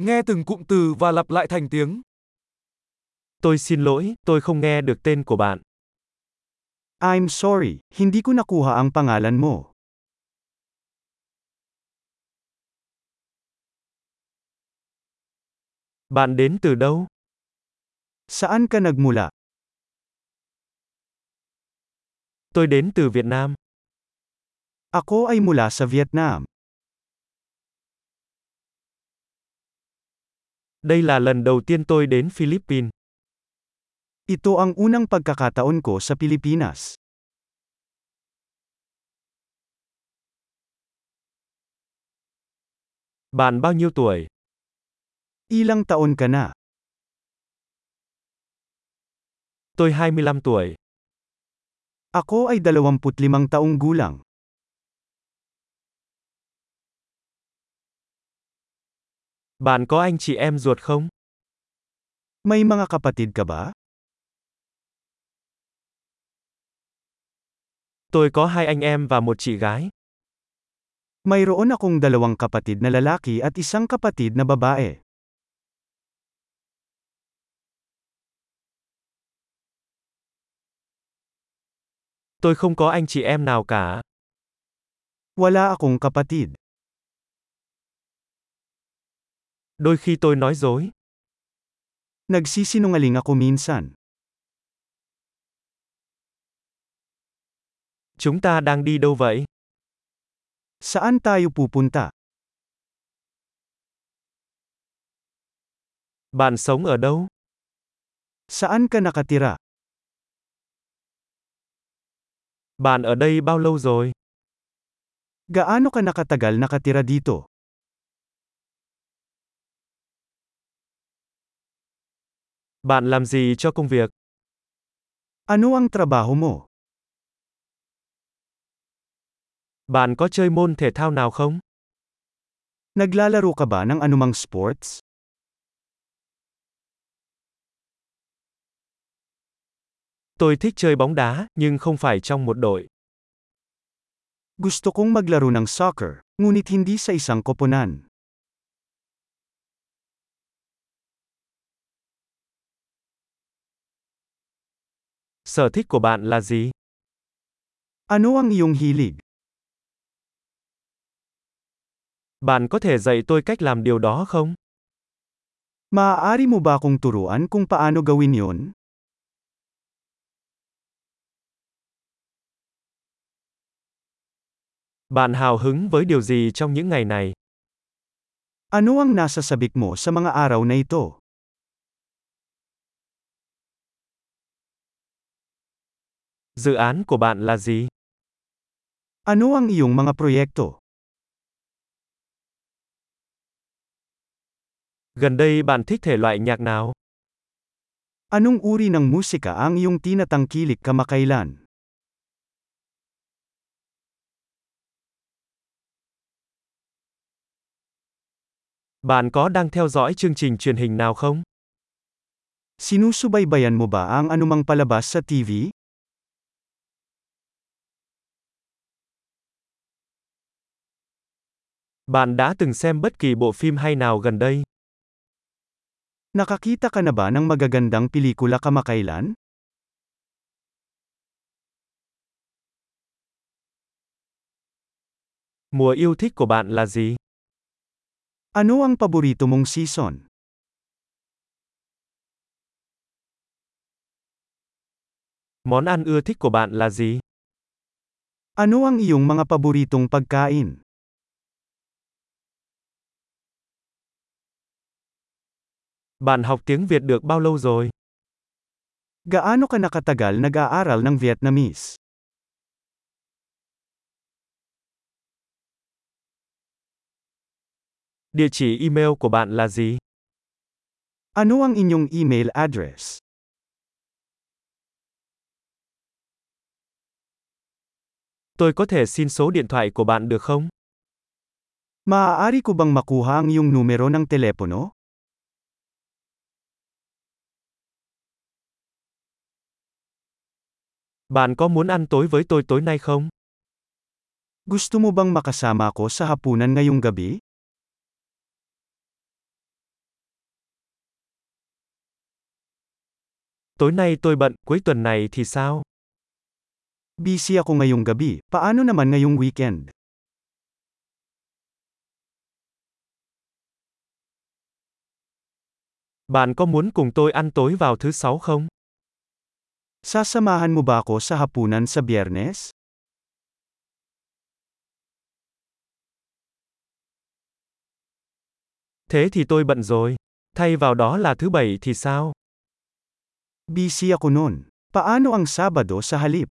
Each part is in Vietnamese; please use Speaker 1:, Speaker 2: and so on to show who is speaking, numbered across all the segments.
Speaker 1: Nghe từng cụm từ và lặp lại thành tiếng.
Speaker 2: Tôi xin lỗi, tôi không nghe được tên của bạn.
Speaker 3: I'm sorry, hindi ko nakuha ang pangalan mo.
Speaker 2: Bạn đến từ đâu?
Speaker 3: Saan ka nagmula?
Speaker 2: Tôi đến từ Việt Nam.
Speaker 3: Ako ay mula sa Vietnam.
Speaker 2: Đây là lần đầu tiên tôi đến Philippines.
Speaker 3: Ito ang unang pagkakataon ko sa Pilipinas.
Speaker 2: Bạn bao nhiêu tuổi?
Speaker 3: Ilang taon ka na?
Speaker 2: Tôi 25 tuổi.
Speaker 3: Ako ay 25 taong gulang.
Speaker 2: Bạn có anh chị em ruột không?
Speaker 3: May mga kapatid ka ba?
Speaker 2: Tôi có hai anh em và một chị gái.
Speaker 3: Mayroon akong dalawang kapatid na lalaki at isang kapatid na babae.
Speaker 2: Tôi không có anh chị em nào cả.
Speaker 3: Wala akong kapatid.
Speaker 2: Đôi khi tôi nói dối.
Speaker 3: Nagsisinungaling ako minsan.
Speaker 2: Chúng ta đang đi đâu vậy?
Speaker 3: Saan tayo pupunta?
Speaker 2: Bạn sống ở đâu?
Speaker 3: Saan ka nakatira?
Speaker 2: Bạn ở đây bao lâu rồi?
Speaker 3: Gaano ka nakatagal nakatira dito?
Speaker 2: Bạn làm gì cho công việc?
Speaker 3: Ano ang trabaho mo?
Speaker 2: Bạn có chơi môn thể thao nào không?
Speaker 3: Naglalaro ka ba ng anumang sports?
Speaker 2: Tôi thích chơi bóng đá, nhưng không phải trong một đội.
Speaker 3: Gusto kong maglaro ng soccer, ngunit hindi sa isang koponan.
Speaker 2: Sở thích của bạn là gì?
Speaker 3: Ano ang iyong hilig?
Speaker 2: Bạn có thể dạy tôi cách làm điều đó không?
Speaker 3: Maaari mo ba akong turuan kung paano gawin yon?
Speaker 2: Bạn hào hứng với điều gì trong những ngày này?
Speaker 3: Ano ang nasa sabik mo sa mga araw na ito?
Speaker 2: Dự án của bạn là gì?
Speaker 3: Ano ang iyong mga proyekto?
Speaker 2: Gần đây bạn thích thể loại nhạc nào?
Speaker 3: Anong uri ng musika ang iyong tinatangkilik kamakailan?
Speaker 2: Bạn có đang theo dõi chương trình truyền hình nào không?
Speaker 3: Sinusubaybayan mo ba ang anumang palabas sa TV?
Speaker 2: Bạn đã từng xem bất kỳ bộ phim hay nào gần đây?
Speaker 3: Nakakita ka na ba ng magagandang pelikula kamakailan?
Speaker 2: Mùa yêu thích của bạn là gì?
Speaker 3: Ano ang paborito mong season?
Speaker 2: Món ăn ưa thích của bạn là gì?
Speaker 3: Ano ang iyong mga paboritong pagkain?
Speaker 2: Bạn học tiếng Việt được bao lâu rồi?
Speaker 3: Gaano ka nakatagal nag-aaral ng Vietnamese?
Speaker 2: Địa chỉ email của bạn là gì?
Speaker 3: Ano ang inyong email address?
Speaker 2: Tôi có thể xin số điện thoại của bạn được không?
Speaker 3: Maaari ko bang makuha ang iyong numero ng telepono?
Speaker 2: Bạn có muốn ăn tối với tôi tối nay không?
Speaker 3: Gusto mo bang makasama ako sa hapunan ngayong gabi?
Speaker 2: Tối nay tôi bận, cuối tuần này thì sao?
Speaker 3: Busy ako ngayong gabi, paano naman ngayong weekend?
Speaker 2: Bạn có muốn cùng tôi ăn tối vào thứ sáu không?
Speaker 3: Sasamahan mo ba ako sa hapunan sa biyernes?
Speaker 2: Thế thì tôi bận rồi. Thay vào đó là thứ bảy thì sao?
Speaker 3: Busy ako noon. Paano ang Sabado sa halip?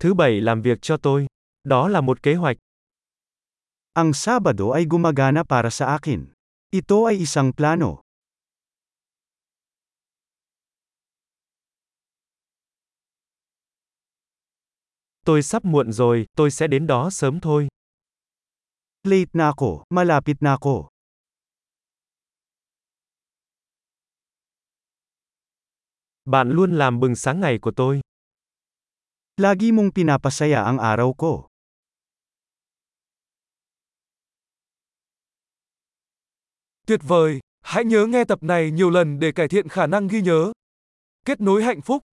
Speaker 2: Thứ bảy làm việc cho tôi. Đó là một kế hoạch.
Speaker 3: Ang Sabado ay gumagana para sa akin. Ito ay isang plano.
Speaker 2: Tôi sắp muộn rồi, tôi sẽ đến đó sớm thôi.
Speaker 3: Late na ako, malapit na ako.
Speaker 2: Bạn luôn làm bừng sáng ngày của tôi.
Speaker 3: Lagi mong pinapasaya ang araw ko.
Speaker 1: Tuyệt vời! Hãy nhớ nghe tập này nhiều lần để cải thiện khả năng ghi nhớ. Kết nối hạnh phúc